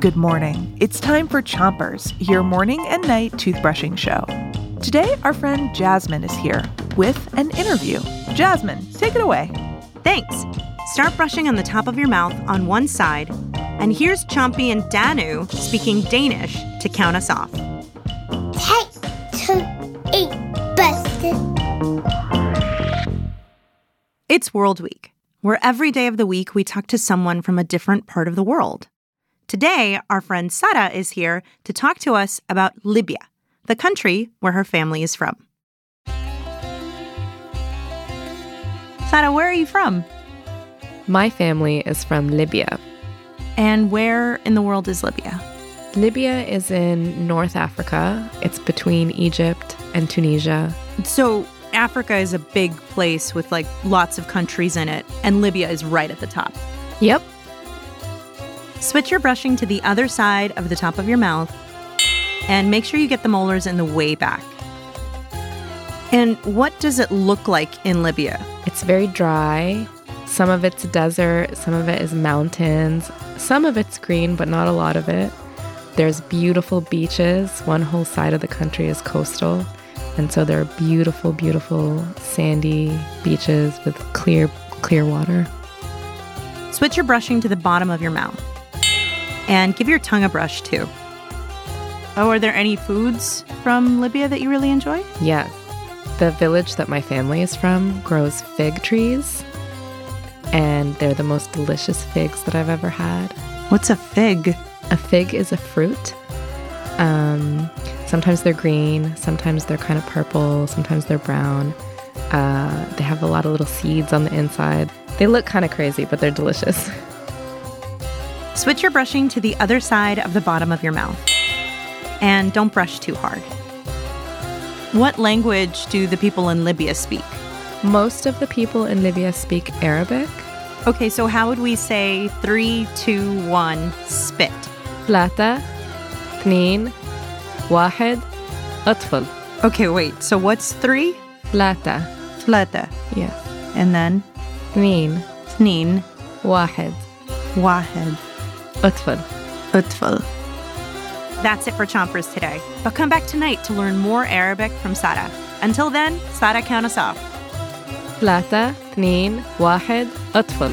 Good morning. It's time for Chompers, your morning and night toothbrushing show. Today, our friend Jasmine is here with an interview. Jasmine, take it away. Thanks. Start brushing on the top of your mouth on one side, and here's Chompy and Danu speaking Danish to count us off. Take two, eight, busted. It's World Week, where every day of the week we talk to someone from a different part of the world. Today, our friend Sara is here to talk to us about Libya, the country where her family is from. Sara, where are you from? My family is from Libya. And where in the world is Libya? Libya is in North Africa. It's between Egypt and Tunisia. So, Africa is a big place with like lots of countries in it, and Libya is right at the top. Yep. Switch your brushing to the other side of the top of your mouth and make sure you get the molars in the way back. And what does it look like in Libya? It's very dry. Some of it's desert, some of it is mountains, some of it's green, but not a lot of it. There's beautiful beaches. One whole side of the country is coastal. And so there are beautiful, beautiful sandy beaches with clear, clear water. Switch your brushing to the bottom of your mouth and give your tongue a brush too. Oh, are there any foods from Libya that you really enjoy? Yes. The village that my family is from grows fig trees, and they're the most delicious figs that I've ever had. What's a fig? A fig is a fruit. Um, sometimes they're green, sometimes they're kind of purple, sometimes they're brown. Uh, they have a lot of little seeds on the inside. They look kind of crazy, but they're delicious. Switch your brushing to the other side of the bottom of your mouth. And don't brush too hard. What language do the people in Libya speak? Most of the people in Libya speak Arabic. Okay, so how would we say three, two, one, spit? ثلاثة اثنين واحد اطفل Okay, wait, so what's three? ثلاثة Fleta. yes And then اثنين snin, واحد wahed, اطفل utful. That's it for Chompers today. But come back tonight to learn more Arabic from Sara. Until then, Sara count us off. ثلاثة اثنين واحد اطفل